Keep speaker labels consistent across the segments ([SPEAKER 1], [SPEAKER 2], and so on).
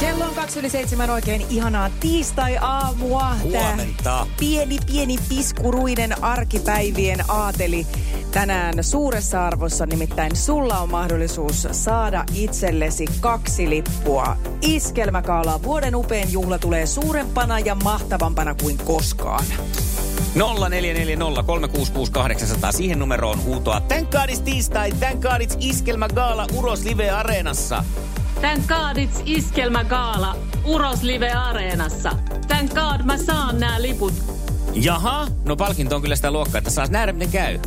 [SPEAKER 1] Kello on kaksi yli seitsemän oikein ihanaa tiistai-aamua. Tää
[SPEAKER 2] Huomenta.
[SPEAKER 1] pieni, pieni piskuruinen arkipäivien aateli. Tänään suuressa arvossa nimittäin sulla on mahdollisuus saada itsellesi kaksi lippua. Iskelmäkaalaa vuoden upeen juhla tulee suurempana ja mahtavampana kuin koskaan.
[SPEAKER 2] 0440366800. Siihen numeroon huutoa. Thank God it's tiistai, thank God it's iskelmä gaala Uros Live Areenassa.
[SPEAKER 3] Tän kaadits iskelmägaala Uros Live Areenassa. Tän kaad mä saan nää liput.
[SPEAKER 2] Jaha, no palkinto on kyllä sitä luokkaa, että saas nähdä miten käy.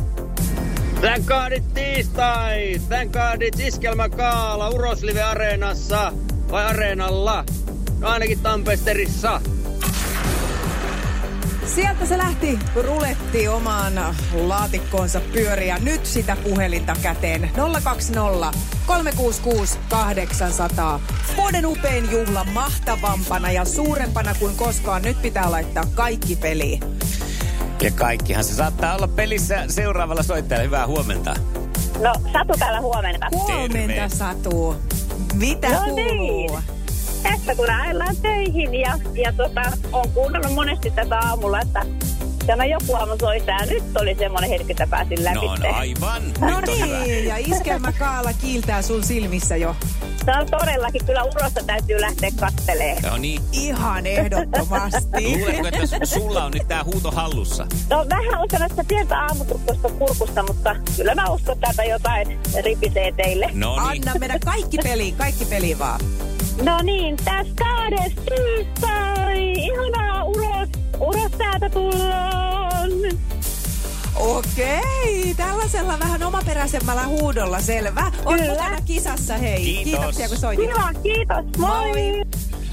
[SPEAKER 4] Thank God it's tiistai! Thank God it's iskelmäkaala Uroslive Areenassa vai Areenalla? No ainakin Tampesterissa.
[SPEAKER 1] Sieltä se lähti ruletti omaan laatikkoonsa pyöriä. Nyt sitä puhelinta käteen. 020 366 800. Vuoden upein juhla mahtavampana ja suurempana kuin koskaan. Nyt pitää laittaa kaikki peliin.
[SPEAKER 2] Ja kaikkihan se saattaa olla pelissä seuraavalla soittajalla. Hyvää huomenta.
[SPEAKER 5] No, Satu täällä huomenta.
[SPEAKER 1] Huomenta Satu. Mitä
[SPEAKER 5] No
[SPEAKER 1] kuuluu?
[SPEAKER 5] niin. Tässä kun ajellaan töihin ja, ja tota, on kuunnellut monesti tätä aamulla, että tämä joku aamu soittaa. Ja Nyt oli semmoinen hetki, että pääsin läpi.
[SPEAKER 2] No, no aivan.
[SPEAKER 1] No
[SPEAKER 2] Nyt on hyvä.
[SPEAKER 1] niin, ja iskelmäkaala kiiltää sun silmissä jo.
[SPEAKER 5] Se on todellakin, kyllä urosta täytyy lähteä kattelee.
[SPEAKER 2] No niin.
[SPEAKER 1] Ihan ehdottomasti.
[SPEAKER 2] Luuletko, että s- sulla on nyt tää huuto hallussa?
[SPEAKER 5] No vähän on sellaista pientä aamutukkosta kurkusta, mutta kyllä mä uskon täältä jotain ripisee teille.
[SPEAKER 2] No niin.
[SPEAKER 1] Anna mennä kaikki peliin, kaikki peliin vaan.
[SPEAKER 5] No niin, tässä kahdessa tiistai. Ihanaa uros, uros täältä tullaan.
[SPEAKER 1] Okei, tällaisella vähän omaperäisemmällä huudolla, selvä. Oot
[SPEAKER 5] Kyllä.
[SPEAKER 1] mukana kisassa, hei.
[SPEAKER 2] Kiitos.
[SPEAKER 1] Kiitoksia, kun soitit.
[SPEAKER 5] Kiva, kiitos. Moi.
[SPEAKER 1] Moi.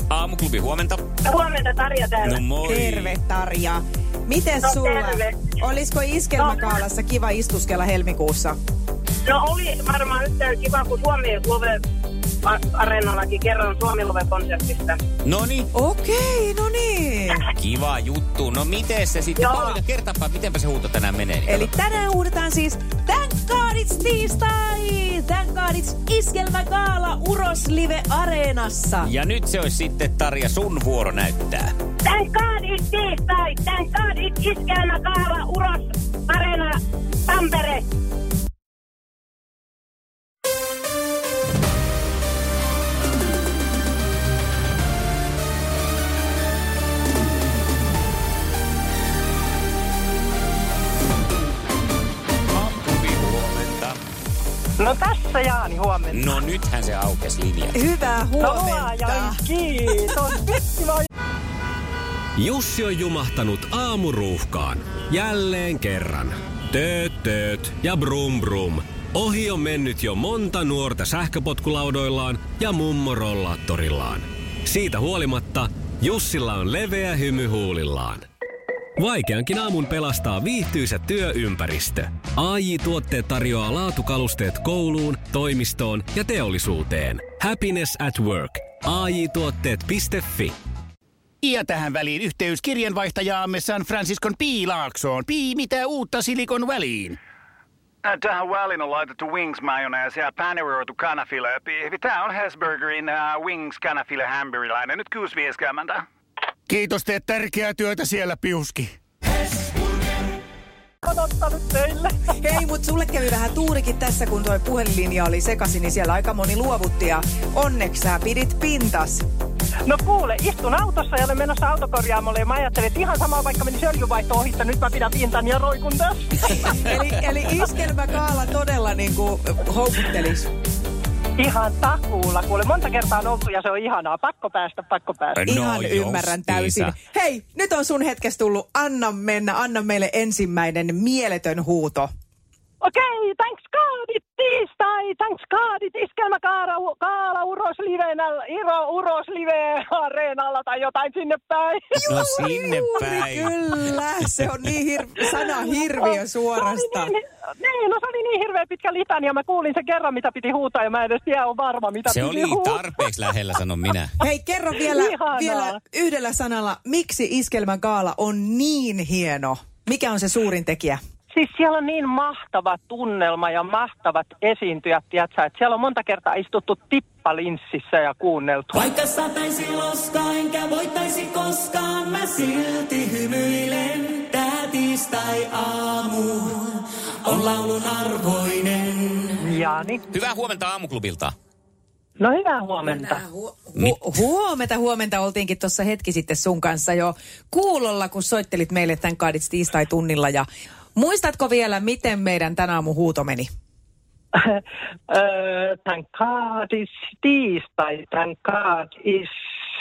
[SPEAKER 2] Aamuklubi, huomenta.
[SPEAKER 5] Huomenta Tarja täällä.
[SPEAKER 2] No moi.
[SPEAKER 1] Terve, Tarja. Miten
[SPEAKER 5] No,
[SPEAKER 1] sulla?
[SPEAKER 5] terve.
[SPEAKER 1] Olisiko iskelmäkaalassa kiva istuskella helmikuussa?
[SPEAKER 5] No oli varmaan yhtään kiva, kun Suomi Love a- Areenallakin kerran Suomi Love konsertista.
[SPEAKER 2] No niin.
[SPEAKER 1] Okei, no niin.
[SPEAKER 2] Kiva juttu. No miten se sitten?
[SPEAKER 5] Joo.
[SPEAKER 2] Pauliina, kertapa, mitenpä se huuto tänään menee. Niin
[SPEAKER 1] Eli tänään huudetaan siis Thank God it's tiistai! Thank God it's iskelmäkaala Uros Live Areenassa.
[SPEAKER 2] Ja nyt se olisi sitten Tarja sun vuoro näyttää.
[SPEAKER 5] Tän kaadit tiistai, tän kaadit iskelmä kaava uros Areena Tampere.
[SPEAKER 2] Aamuklubi, huomenta.
[SPEAKER 6] No tässä Jaani, huomenna.
[SPEAKER 2] No nythän se aukes linja.
[SPEAKER 1] Hyvää
[SPEAKER 6] No
[SPEAKER 1] huomenta.
[SPEAKER 6] ja kiitos. Vitsi vaan
[SPEAKER 7] Jussi on jumahtanut aamuruuhkaan. Jälleen kerran. Tööt, tööt ja brum brum. Ohi on mennyt jo monta nuorta sähköpotkulaudoillaan ja mummorollaattorillaan. Siitä huolimatta Jussilla on leveä hymy huulillaan. Vaikeankin aamun pelastaa viihtyisä työympäristö. AJ Tuotteet tarjoaa laatukalusteet kouluun, toimistoon ja teollisuuteen. Happiness at work. AJ Tuotteet.fi
[SPEAKER 8] Ja tähän väliin yhteys kirjanvaihtajaamme San Franciscon Piilaaksoon. Pii, mitä uutta Silikon väliin?
[SPEAKER 9] Ä, Äh, Tähän väliin on laitettu wings mayonnaise ja paneroitu kanafila. Tämä on Hesburgerin uh, wings kanafila hamburilainen. Nyt 6.50.
[SPEAKER 8] Kiitos, teet tärkeää työtä siellä, Piuski.
[SPEAKER 6] odottanut teille.
[SPEAKER 1] Hei, mutta sulle kävi vähän tuurikin tässä, kun toi puhelinlinja oli sekaisin, niin siellä aika moni luovutti ja onneksi sä pidit pintas.
[SPEAKER 6] No kuule, istun autossa ja olen menossa autokorjaamolle ja mä ajattelin, että ihan sama vaikka menisi öljyvaihto ohi, että nyt mä pidän pintan ja roikun tässä.
[SPEAKER 1] Eli, eli iskelmäkaala todella niin kuin niinku houkuttelis.
[SPEAKER 6] Ihan takuulla. Kuule, monta kertaa on oltu ja se on ihanaa. Pakko päästä, pakko päästä.
[SPEAKER 2] No
[SPEAKER 1] Ihan ymmärrän täysin.
[SPEAKER 2] justiinsa.
[SPEAKER 1] Hei, nyt on sun hetkessä tullut. Anna mennä, anna meille ensimmäinen mieletön huuto.
[SPEAKER 6] Okei, okay, thanks God, it tiistai, thanks God, it iskelmä kaara, kaala uros livenä, iro uros live areenalla tai jotain sinne päin.
[SPEAKER 2] No sinne
[SPEAKER 1] Juuri
[SPEAKER 2] päin.
[SPEAKER 1] Kyllä, se on niin hir- sana hirviö
[SPEAKER 6] Se
[SPEAKER 1] suorasta.
[SPEAKER 6] oli niin, niin, no se oli niin hirveä pitkä litania, mä kuulin sen kerran, mitä piti huutaa ja mä en edes tiedä on varma, mitä
[SPEAKER 2] Se
[SPEAKER 6] piti
[SPEAKER 2] oli
[SPEAKER 6] huutaa.
[SPEAKER 2] tarpeeksi lähellä, sanon minä.
[SPEAKER 1] Hei, kerro vielä,
[SPEAKER 6] Ihanaa.
[SPEAKER 1] vielä yhdellä sanalla, miksi Iskelmän kaala on niin hieno? Mikä on se suurin tekijä?
[SPEAKER 6] Siis siellä on niin mahtava tunnelma ja mahtavat esiintyjät, tiedätkö, että siellä on monta kertaa istuttu tippalinssissä ja kuunneltu.
[SPEAKER 10] Vaikka sataisi loskaa, enkä voittaisi koskaan, mä silti hymyilen. Tää tiistai-aamu on laulun arvoinen.
[SPEAKER 6] Ja niin.
[SPEAKER 2] Hyvää huomenta aamuklubilta.
[SPEAKER 6] No hyvää huomenta.
[SPEAKER 1] Hu- huomenta, huomenta. Oltiinkin tuossa hetki sitten sun kanssa jo kuulolla, kun soittelit meille tämän kaadits tiistai-tunnilla. Ja muistatko vielä, miten meidän tänä aamu huuto meni?
[SPEAKER 6] Ö, tän kaadis tiistai, tän kaadis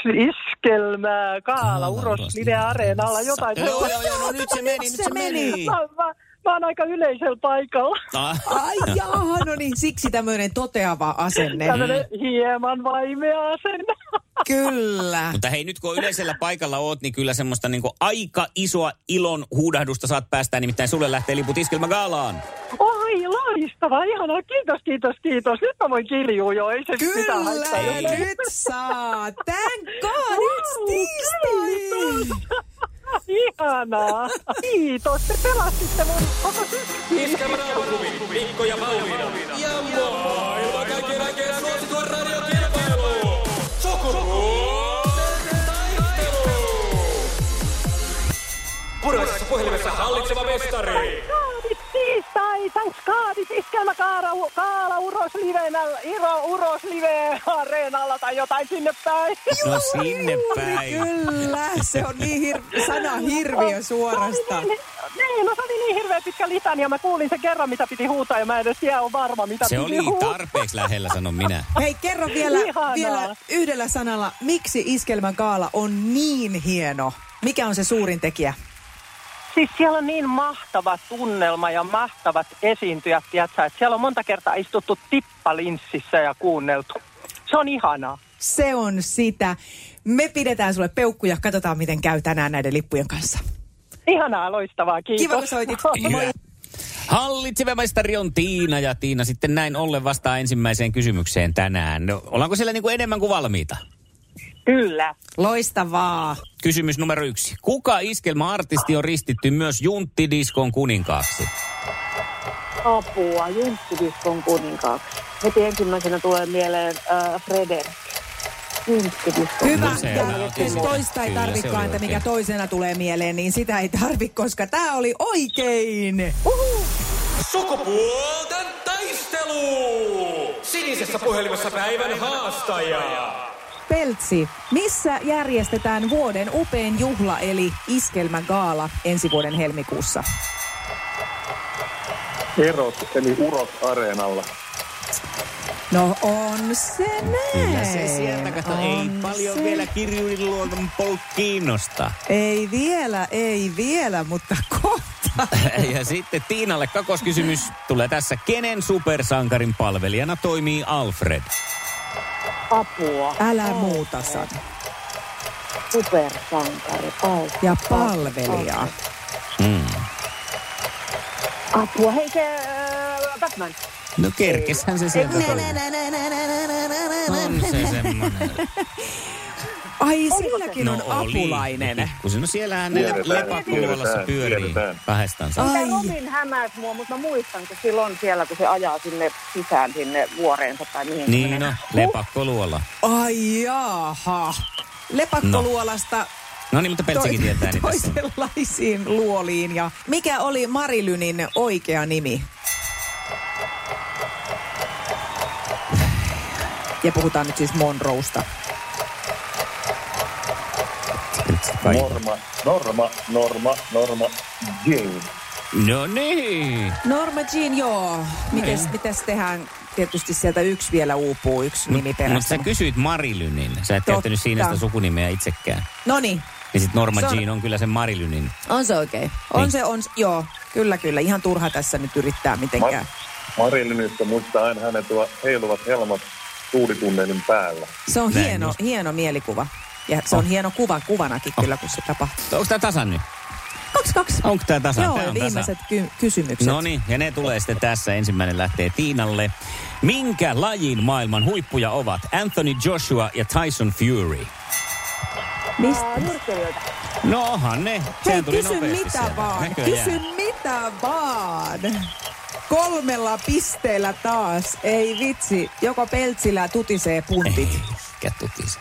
[SPEAKER 6] iskelmää, kaala, uros, live areenalla, jotain.
[SPEAKER 2] Joo, joo, joo, no nyt se meni, nyt se meni.
[SPEAKER 6] Mä, mä, mä oon aika yleisellä paikalla.
[SPEAKER 2] Ah,
[SPEAKER 1] Ai jaha, no niin, siksi tämmöinen toteava asenne.
[SPEAKER 6] Tämmönen hieman vaimea asenne.
[SPEAKER 1] Kyllä.
[SPEAKER 2] Mutta hei, nyt kun yleisellä paikalla oot, niin kyllä semmoista niinku aika isoa ilon huudahdusta saat päästää, nimittäin sulle lähtee liput iskelmä gaalaan. No
[SPEAKER 6] Oi, loistavaa, ihanaa, kiitos, kiitos, kiitos. Nyt mä voin kiljua jo, ei se mitään
[SPEAKER 1] Kyllä,
[SPEAKER 6] haittaa.
[SPEAKER 2] Ei.
[SPEAKER 1] nyt saa. Thank God, it's
[SPEAKER 6] Wow,
[SPEAKER 1] tiistai.
[SPEAKER 6] Ihanaa. Kiitos, te pelastitte mun koko syksyn. Kaadit tiistai, thanks kaadit, iskelmä kaara, u- kaala uros livenä, iro uros live areenalla tai jotain sinne päin.
[SPEAKER 2] No sinne
[SPEAKER 1] Juuri
[SPEAKER 2] päin.
[SPEAKER 1] Kyllä, se on niin hir- sana hirviö
[SPEAKER 6] Se
[SPEAKER 1] suorasta.
[SPEAKER 6] oli niin, niin, no se oli niin hirveä pitkä litania, mä kuulin sen kerran, mitä piti huutaa ja mä en edes tiedä on varma, mitä
[SPEAKER 2] Se
[SPEAKER 6] piti
[SPEAKER 2] oli
[SPEAKER 6] huutaa.
[SPEAKER 2] tarpeeksi lähellä, sanon minä.
[SPEAKER 1] Hei, kerro vielä,
[SPEAKER 6] Ihanaa.
[SPEAKER 1] vielä yhdellä sanalla, miksi Iskelmän kaala on niin hieno? Mikä on se suurin tekijä?
[SPEAKER 6] Siis siellä on niin mahtava tunnelma ja mahtavat esiintyjät, tiedätkö, että siellä on monta kertaa istuttu tippalinssissä ja kuunneltu. Se on ihanaa.
[SPEAKER 1] Se on sitä. Me pidetään sulle peukkuja, katsotaan miten käy tänään näiden lippujen kanssa.
[SPEAKER 6] Ihanaa, loistavaa, kiitos.
[SPEAKER 1] Kiva, kun soitit.
[SPEAKER 2] Hyvä. Hallitseva mestari on Tiina ja Tiina sitten näin ollen vastaa ensimmäiseen kysymykseen tänään. No, ollaanko siellä niinku enemmän kuin valmiita?
[SPEAKER 6] Kyllä.
[SPEAKER 1] Loistavaa.
[SPEAKER 2] Kysymys numero yksi. Kuka iskelmäartisti on ristitty myös Junttidiskon kuninkaaksi?
[SPEAKER 5] Apua, Jynttidiston kuninkaaksi. Heti ensimmäisenä tulee mieleen äh, Freder. Jynttidiston.
[SPEAKER 1] Hyvä.
[SPEAKER 2] No se
[SPEAKER 1] Ja
[SPEAKER 2] mä otin sen.
[SPEAKER 1] toista ei
[SPEAKER 2] Kyllä, se
[SPEAKER 1] tarvikaan,
[SPEAKER 2] oli
[SPEAKER 1] että mikä
[SPEAKER 2] oikein.
[SPEAKER 1] toisena tulee mieleen, niin sitä ei tarvi, koska tämä oli oikein.
[SPEAKER 10] Sukupuolten taistelu! Sinisessä puhelimessa päivän haastaja.
[SPEAKER 1] Peltsi, missä järjestetään vuoden upein juhla eli Iskelmän gaala ensi vuoden helmikuussa?
[SPEAKER 11] Erot, eli urot areenalla.
[SPEAKER 1] No on se näin.
[SPEAKER 2] Ja se sieltä, kato, ei
[SPEAKER 1] on
[SPEAKER 2] paljon
[SPEAKER 1] Ah, se.
[SPEAKER 2] vielä kirjurin luokan polku kiinnosta.
[SPEAKER 1] Ei vielä, ei vielä, mutta kohta.
[SPEAKER 2] Ja sitten Tiinalle kakoskysymys tulee tässä. Kenen supersankarin palvelijana toimii Alfred?
[SPEAKER 5] Apua,
[SPEAKER 1] Älä muuta sano.
[SPEAKER 5] supersankari, Alfred.
[SPEAKER 1] Ja palvelija.
[SPEAKER 2] Mm.
[SPEAKER 5] Apua, hei se äh, Batman.
[SPEAKER 2] No kerkeshän se sieltä tuli. On se semmoinen.
[SPEAKER 1] Ai, silläkin
[SPEAKER 2] No
[SPEAKER 1] on apulainen.
[SPEAKER 2] Kun no siellähän ne
[SPEAKER 11] Tiedetään,
[SPEAKER 2] lepakkovalassa
[SPEAKER 11] tiedetään,
[SPEAKER 2] pyörii
[SPEAKER 11] tiedetään.
[SPEAKER 2] kahdestansa.
[SPEAKER 1] Ai.
[SPEAKER 5] Ai. Robin hämäs mua, mutta mä muistan, kun silloin siellä, kun se ajaa sinne sisään sinne vuoreensa tai mihin.
[SPEAKER 2] Niin no, lepakkoluola.
[SPEAKER 1] Ai jaha. Lepakkoluolasta
[SPEAKER 2] No niin, mutta Peltsikin tietää niitä. tässä.
[SPEAKER 1] toisenlaisiin luoliin. Ja mikä oli Marilynin oikea nimi? Ja puhutaan nyt siis Monrousta.
[SPEAKER 2] Kaikki.
[SPEAKER 11] Norma, norma, norma, norma, jing.
[SPEAKER 2] No niin.
[SPEAKER 1] Norma Jean, joo. Mites, mitäs tehdään tietysti sieltä yksi vielä uupuu, yksi nimi
[SPEAKER 2] Mutta sä
[SPEAKER 1] perässä.
[SPEAKER 2] kysyit Marilynin. Sä et
[SPEAKER 1] Totta.
[SPEAKER 2] käyttänyt siinä sitä sukunimeä itsekään.
[SPEAKER 1] No niin,
[SPEAKER 2] Niin sit Norma
[SPEAKER 1] Se on-
[SPEAKER 2] Jean on kyllä se Marilynin.
[SPEAKER 1] on se oikein. On
[SPEAKER 2] Niin.
[SPEAKER 1] se, on se- joo, kyllä kyllä, ihan turha tässä nyt yrittää mitenkään.
[SPEAKER 11] Marilynistä muistaa aina hänen tuo heiluvat helmat tuulitunnelin päällä.
[SPEAKER 1] Se on
[SPEAKER 11] Näin
[SPEAKER 1] hieno,
[SPEAKER 11] just.
[SPEAKER 1] hieno mielikuva. Ja se on hieno kuva kuvanakin kyllä, kun se tapahtuu.
[SPEAKER 2] Onko tää tasan nyt?
[SPEAKER 1] Kaksi, kaksi.
[SPEAKER 2] Onko tää tasan?
[SPEAKER 1] Joo,
[SPEAKER 2] Tää on
[SPEAKER 1] viimeiset
[SPEAKER 2] tasan.
[SPEAKER 1] ky- kysymykset.
[SPEAKER 2] No niin, ja ne tulee sitten tässä. Ensimmäinen lähtee Tiinalle. Minkä lajin maailman huippuja ovat Anthony Joshua ja Tyson Fury?
[SPEAKER 1] Mistä?
[SPEAKER 2] No onhan ne.
[SPEAKER 1] Hei,
[SPEAKER 2] Sehän tuli
[SPEAKER 1] kysy
[SPEAKER 2] nopeasti
[SPEAKER 1] mitä
[SPEAKER 2] sieltä.
[SPEAKER 1] vaan.
[SPEAKER 2] Näköjään.
[SPEAKER 1] Kysy mitä vaan. Kolmella pisteellä taas. Ei vitsi. Joko peltsillä tutisee puntit.
[SPEAKER 2] Mikä tutisi?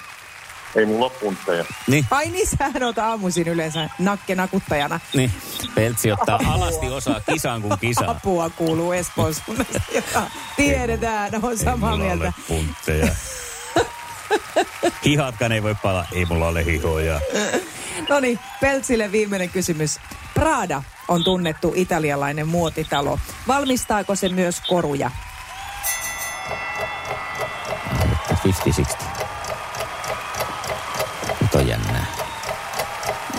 [SPEAKER 11] Ei mun loppuunteja.
[SPEAKER 2] Niin.
[SPEAKER 1] Ai niin, sähän oot aamuisin yleensä nakkenakuttajana.
[SPEAKER 2] Niin, Peltsi ottaa alasti osaa kisaan kuin kisaan.
[SPEAKER 1] Oh. Apua kuuluu Espoon suunnasta, jota tiedetään, on samaa mieltä.
[SPEAKER 2] puntteja. Hihatkaan ei voi palaa, ei mulla ole hihoja.
[SPEAKER 1] No niin, Peltsille viimeinen kysymys. Prada on tunnettu italialainen muotitalo. Valmistaako se myös koruja?
[SPEAKER 2] 50-60. Nyt on jännää.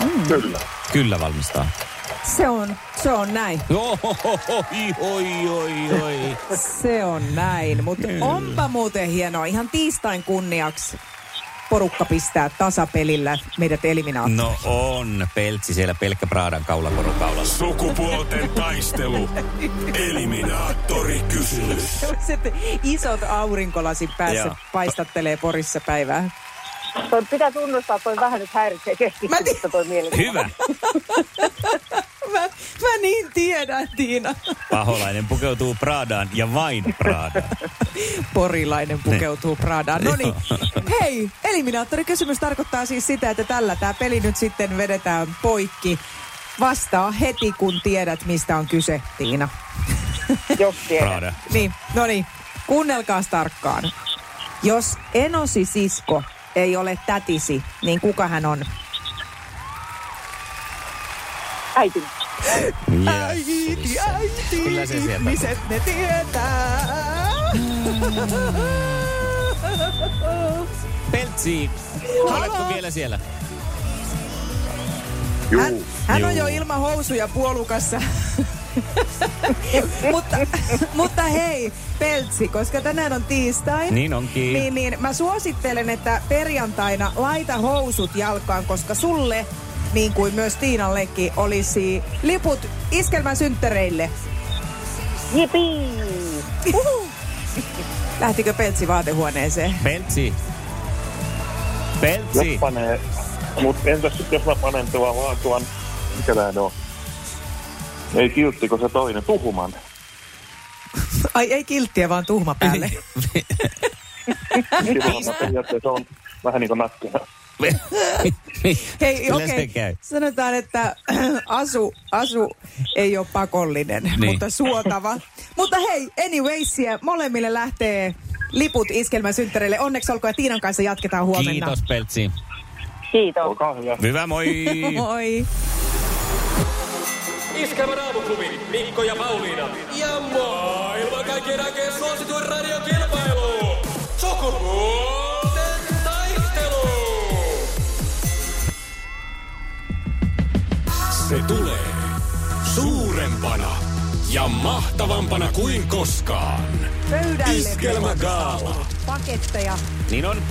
[SPEAKER 1] Mm.
[SPEAKER 11] Kyllä.
[SPEAKER 2] Kyllä valmistaa.
[SPEAKER 1] Se on, se on näin.
[SPEAKER 2] Oi, oi, oi, oi.
[SPEAKER 1] Se on näin, mutta onpa muuten hienoa. Ihan tiistain kunniaksi porukka pistää tasapelillä meidät eliminaatioon.
[SPEAKER 2] No on, Peltsi siellä pelkkä Praadan kaulakoru kaulassa.
[SPEAKER 10] Sukupuolten taistelu. Eliminaattori kysymys.
[SPEAKER 1] Sellaiset isot aurinkolasit päässä
[SPEAKER 2] Joo.
[SPEAKER 1] paistattelee Porissa päivää.
[SPEAKER 12] Toi pitää tunnustaa, toi vähän nyt häiritsee keskittymistä toi mielikuva.
[SPEAKER 2] Hyvä.
[SPEAKER 1] Mä, mä niin tiedän, Tiina.
[SPEAKER 2] Paholainen pukeutuu Praadaan ja vain Praadaan.
[SPEAKER 1] Porilainen pukeutuu Pradaan. No niin,
[SPEAKER 2] Niin. Joo.
[SPEAKER 1] hei, eliminaattorikysymys tarkoittaa siis sitä, että tällä tämä peli nyt sitten vedetään poikki. Vastaa heti, kun tiedät, mistä on kyse, Tiina.
[SPEAKER 12] Jos
[SPEAKER 2] Prada.
[SPEAKER 1] Niin, no niin, kuunnelkaas tarkkaan. Jos enosi sisko ei ole tätisi, niin kuka hän on?
[SPEAKER 12] Äiti.
[SPEAKER 1] Äiti, äiti,
[SPEAKER 2] Kyllä se sieltä
[SPEAKER 1] ihmiset ne tietää.
[SPEAKER 2] Peltsi, oletko vielä siellä?
[SPEAKER 1] Hän, hän on
[SPEAKER 2] Juu.
[SPEAKER 1] jo ilman housuja puolukassa. mutta, mutta hei, Peltsi, koska tänään on tiistai.
[SPEAKER 2] Niin onkin.
[SPEAKER 1] Niin, niin mä suosittelen, että perjantaina laita housut jalkaan, koska sulle, niin kuin myös Tiinallekin, olisi liput iskelmän synttereille.
[SPEAKER 12] Jipi!
[SPEAKER 1] Lähtikö Peltsi vaatehuoneeseen?
[SPEAKER 2] Peltsi. Peltsi.
[SPEAKER 11] Jos panee, mut entäs sit, jos mä panen tuon vaan tuon, mikä tää nyt on? Ei kilttiko se toinen, tuhuman.
[SPEAKER 1] Ai ei kilttiä, vaan tuhma päälle.
[SPEAKER 11] Silloin mä periaatteessa on vähän niinku nakkina.
[SPEAKER 1] Hei,
[SPEAKER 11] Kyllä se
[SPEAKER 1] okei. Okay.
[SPEAKER 11] käy.
[SPEAKER 1] Sanotaan, että asu, asu ei ole pakollinen, niin. mutta suotava. mutta hei, anyways, molemmille lähtee liput iskelmäsynttäreille. Onneksi olkoon ja Tiinan kanssa jatketaan huomenna.
[SPEAKER 2] Kiitos Peltsi.
[SPEAKER 12] Kiitos.
[SPEAKER 11] Olkaa hyvä.
[SPEAKER 2] Hyvä, moi.
[SPEAKER 1] Moi.
[SPEAKER 10] Iskävä raamuklubi, Mikko ja Pauliina. Ja maailman kaikkien aikeen suosituen radiokilpailu. Sukupuolten taistelu.
[SPEAKER 7] Se tulee suurempana ja mahtavampana kuin koskaan.
[SPEAKER 1] Pöydälle.
[SPEAKER 7] Iskelmägaala.
[SPEAKER 1] Paketteja.
[SPEAKER 2] Niin on.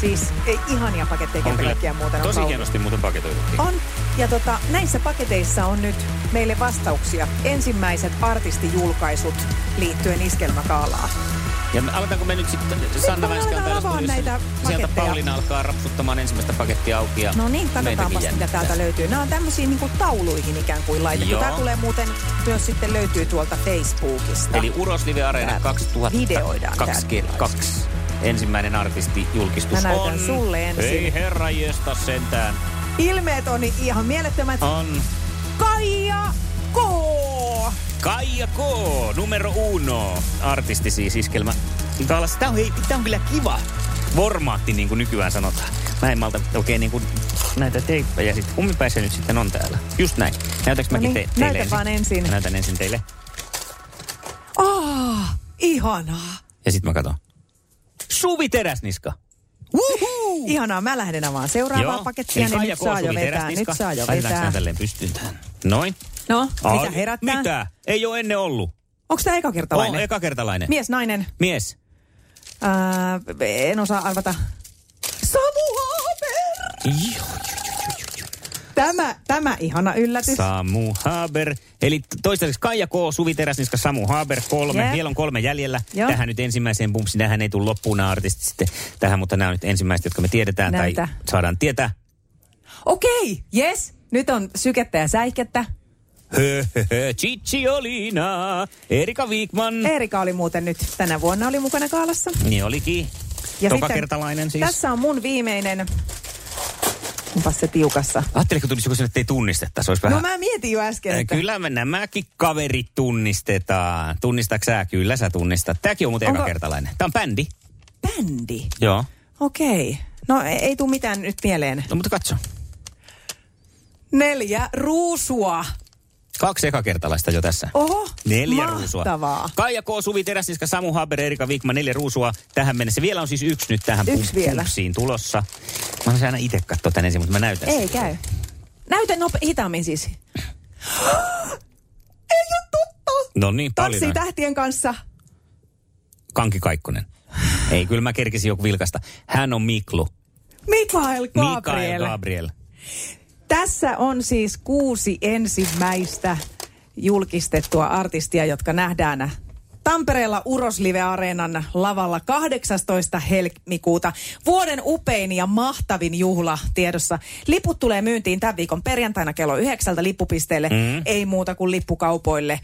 [SPEAKER 1] Siis ei, ihania paketteja
[SPEAKER 2] On
[SPEAKER 1] kerta
[SPEAKER 2] kyllä
[SPEAKER 1] kaikkiaan muuten. on
[SPEAKER 2] tosi
[SPEAKER 1] kauniita.
[SPEAKER 2] hienosti muuten paketoitu.
[SPEAKER 1] On. Ja tota, näissä paketeissa on nyt meille vastauksia. Ensimmäiset artistijulkaisut liittyen iskelmäkaalaa.
[SPEAKER 2] Ja me, aloitanko me nyt sitten
[SPEAKER 1] me
[SPEAKER 2] Sanna
[SPEAKER 1] aletaan
[SPEAKER 2] Väiskältä
[SPEAKER 1] avaa näitä
[SPEAKER 2] Sieltä
[SPEAKER 1] paketteja.
[SPEAKER 2] Pauliina alkaa rapsuttamaan ensimmäistä pakettia auki. Ja
[SPEAKER 1] No niin,
[SPEAKER 2] meitäkin
[SPEAKER 1] katsotaanpas mitä
[SPEAKER 2] jännittää.
[SPEAKER 1] täältä löytyy. Nämä on tämmöisiä niinku tauluihin ikään kuin laitettu.
[SPEAKER 2] Joo.
[SPEAKER 1] Tämä tulee muuten myös sitten löytyy tuolta Facebookista.
[SPEAKER 2] Eli Uroslive Areena
[SPEAKER 1] Tää
[SPEAKER 2] 2000.
[SPEAKER 1] videoidaan tää
[SPEAKER 2] 22. Ensimmäinen artisti julkistus
[SPEAKER 1] Mä näytän
[SPEAKER 2] on...
[SPEAKER 1] sulle ensin.
[SPEAKER 2] Ei herra jesta sentään.
[SPEAKER 1] Ilmeet on ihan mielettömät.
[SPEAKER 2] On
[SPEAKER 1] Kaija K.
[SPEAKER 2] Kaija K. Numero uno. Artisti siis iskelmä. Tämä on, hei, tää on kyllä kiva formaatti, niin kuin nykyään sanotaan. Mä en malta oikein niin kuin näitä teippejä sitten. Kummipäin se nyt sitten on täällä? Just näin. Näytäks mäkin
[SPEAKER 1] No niin,
[SPEAKER 2] te- teille
[SPEAKER 1] näytä vaan ensin.
[SPEAKER 2] Mä Näytän ensin teille.
[SPEAKER 1] Ah, ihanaa.
[SPEAKER 2] Ja sitten mä katson. Suvi Teräsniska.
[SPEAKER 1] Uhuhu. Ihanaa, mä lähden avaamaan seuraavaa
[SPEAKER 2] Joo.
[SPEAKER 1] pakettia,
[SPEAKER 2] Eli
[SPEAKER 1] niin
[SPEAKER 2] Kaija
[SPEAKER 1] nyt
[SPEAKER 2] K.
[SPEAKER 1] saa jo vetää,
[SPEAKER 2] Suvi
[SPEAKER 1] nyt
[SPEAKER 2] Teräsniska.
[SPEAKER 1] saa jo
[SPEAKER 2] Laitetaanko nää
[SPEAKER 1] vetää.
[SPEAKER 2] tälleen pystyyn tähän? Noin.
[SPEAKER 1] No,
[SPEAKER 2] Ai,
[SPEAKER 1] mitä herättää?
[SPEAKER 2] Mitä? Ei ole ennen ollut.
[SPEAKER 1] Onko tämä ekakertalainen?
[SPEAKER 2] On ekakertalainen.
[SPEAKER 1] Mies, nainen?
[SPEAKER 2] Mies.
[SPEAKER 1] Ää, en osaa arvata. Samu Haber!
[SPEAKER 2] Joo.
[SPEAKER 1] Tämä, tämä ihana yllätys.
[SPEAKER 2] Samu Haber. Eli toistaiseksi Kaija K, Suvi Teräsniska, Samu Haber, kolme.
[SPEAKER 1] Jep.
[SPEAKER 2] Vielä on kolme jäljellä.
[SPEAKER 1] Joo.
[SPEAKER 2] Tähän nyt ensimmäiseen pumpsi. Nähän ei tule loppuun nämä artistit sitten tähän, mutta nämä on nyt ensimmäiset, jotka me tiedetään
[SPEAKER 1] Näitä.
[SPEAKER 2] tai saadaan tietää.
[SPEAKER 1] Okei, yes. Nyt on sykettä ja säikettä.
[SPEAKER 2] Hö, hö, hö. Cicciolina, Erika Wigman.
[SPEAKER 1] Erika oli muuten nyt tänä vuonna oli mukana kaalassa.
[SPEAKER 2] Niin olikin. Ja Toka kertalainen siis.
[SPEAKER 1] Tässä on mun viimeinen. Onpas se tiukassa.
[SPEAKER 2] Ajattelin, kun tulisi joku sinne, että ei tunnistettaisi. Olisi vähän...
[SPEAKER 1] No mä mietin jo äsken,
[SPEAKER 2] Äh,
[SPEAKER 1] että
[SPEAKER 2] Kyllä me nämäkin kaverit tunnistetaan. Tunnistatko sä? Kyllä sä tunnistat. Tämäkin on muuten
[SPEAKER 1] Onko-
[SPEAKER 2] Onko... kertalainen. Tämä on bändi.
[SPEAKER 1] bändi.
[SPEAKER 2] Joo.
[SPEAKER 1] Okei. No ei, ei tule mitään nyt mieleen.
[SPEAKER 2] No mutta katso.
[SPEAKER 1] Neljä ruusua.
[SPEAKER 2] Kaksi ekakertalaista jo tässä.
[SPEAKER 1] Oho,
[SPEAKER 2] Neljä
[SPEAKER 1] mahtavaa.
[SPEAKER 2] ruusua. Kaija K, Suvi Teräsniska, Samu Haber, Erika Wikman, neljä ruusua tähän mennessä. Vielä on siis yksi nyt tähän
[SPEAKER 1] Yksi vielä.
[SPEAKER 2] pupsiin tulossa. Mä oon aina itse katsoa tän ensin, mutta mä näytän sen.
[SPEAKER 1] Ei käy. Näytä nope- hitaammin siis. Ei ole totta.
[SPEAKER 2] No niin, paljon.
[SPEAKER 1] Tanssii
[SPEAKER 2] näin.
[SPEAKER 1] tähtien kanssa.
[SPEAKER 2] Kanki Kaikkonen. Ei, kyllä mä kerkisin joku vilkasta. Hän on Miklu.
[SPEAKER 1] Mikael Gabriel.
[SPEAKER 2] Mikael Gabriel.
[SPEAKER 1] Tässä on siis kuusi ensimmäistä julkistettua artistia, jotka nähdään Tampereella Uroslive-areenan lavalla 18. helmikuuta. Vuoden upein ja mahtavin juhla tiedossa. Liput tulee myyntiin tämän viikon perjantaina kello yhdeksältä lippupisteelle. Mm. Ei muuta kuin lippukaupoille.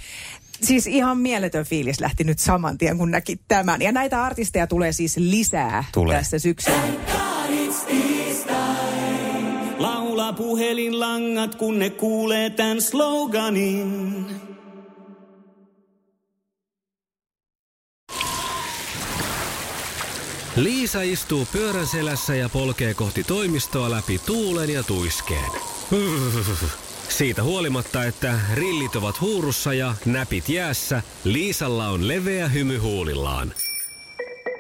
[SPEAKER 1] Siis ihan mieletön fiilis lähti nyt saman tien, kun näki tämän. Ja näitä artisteja tulee siis lisää
[SPEAKER 2] Tulee.
[SPEAKER 1] tässä syksyllä.
[SPEAKER 13] Laula puhelinlangat, kun ne kuulee tämän sloganin.
[SPEAKER 7] Liisa istuu pyörän selässä ja polkee kohti toimistoa läpi tuulen ja tuiskeen. Siitä huolimatta, että rillit ovat huurussa ja näpit jäässä, Liisalla on leveä hymy huulillaan.